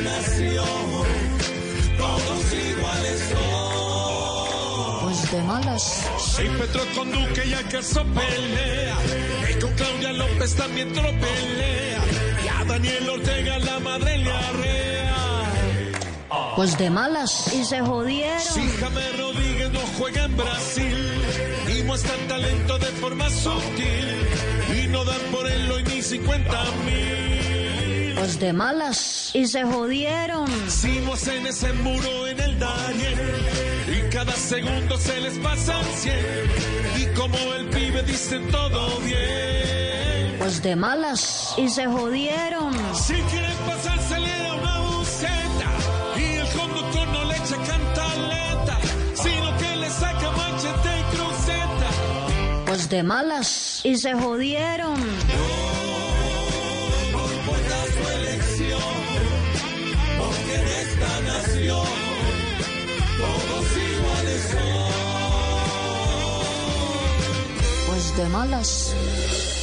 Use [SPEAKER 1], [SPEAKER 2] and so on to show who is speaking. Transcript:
[SPEAKER 1] nación, todos iguales son.
[SPEAKER 2] Pues de malas.
[SPEAKER 1] Si Petro con Duque ya que so pelea, y con Claudia López también tropelea, y a Daniel Ortega la madre le arrea.
[SPEAKER 2] Pues de malas.
[SPEAKER 3] Y se jodieron.
[SPEAKER 1] Si James Rodríguez no juega en Brasil, y muestran talento de forma sutil, y no dan por él hoy ni 50 mil.
[SPEAKER 2] Pues de malas.
[SPEAKER 3] Y se jodieron.
[SPEAKER 1] Si no hacen ese muro en el Daniel y cada segundo se les pasa al cien y como el pibe dicen todo bien.
[SPEAKER 2] Pues de malas.
[SPEAKER 3] Y se jodieron.
[SPEAKER 1] Si quieren pasarse le da una buceta y el conductor no le echa cantaleta, sino que le saca manchete y cruceta.
[SPEAKER 2] Pues de malas.
[SPEAKER 3] Y se jodieron.
[SPEAKER 1] No importa su elección, porque en esta nación todos iguales son.
[SPEAKER 2] Pues de malas.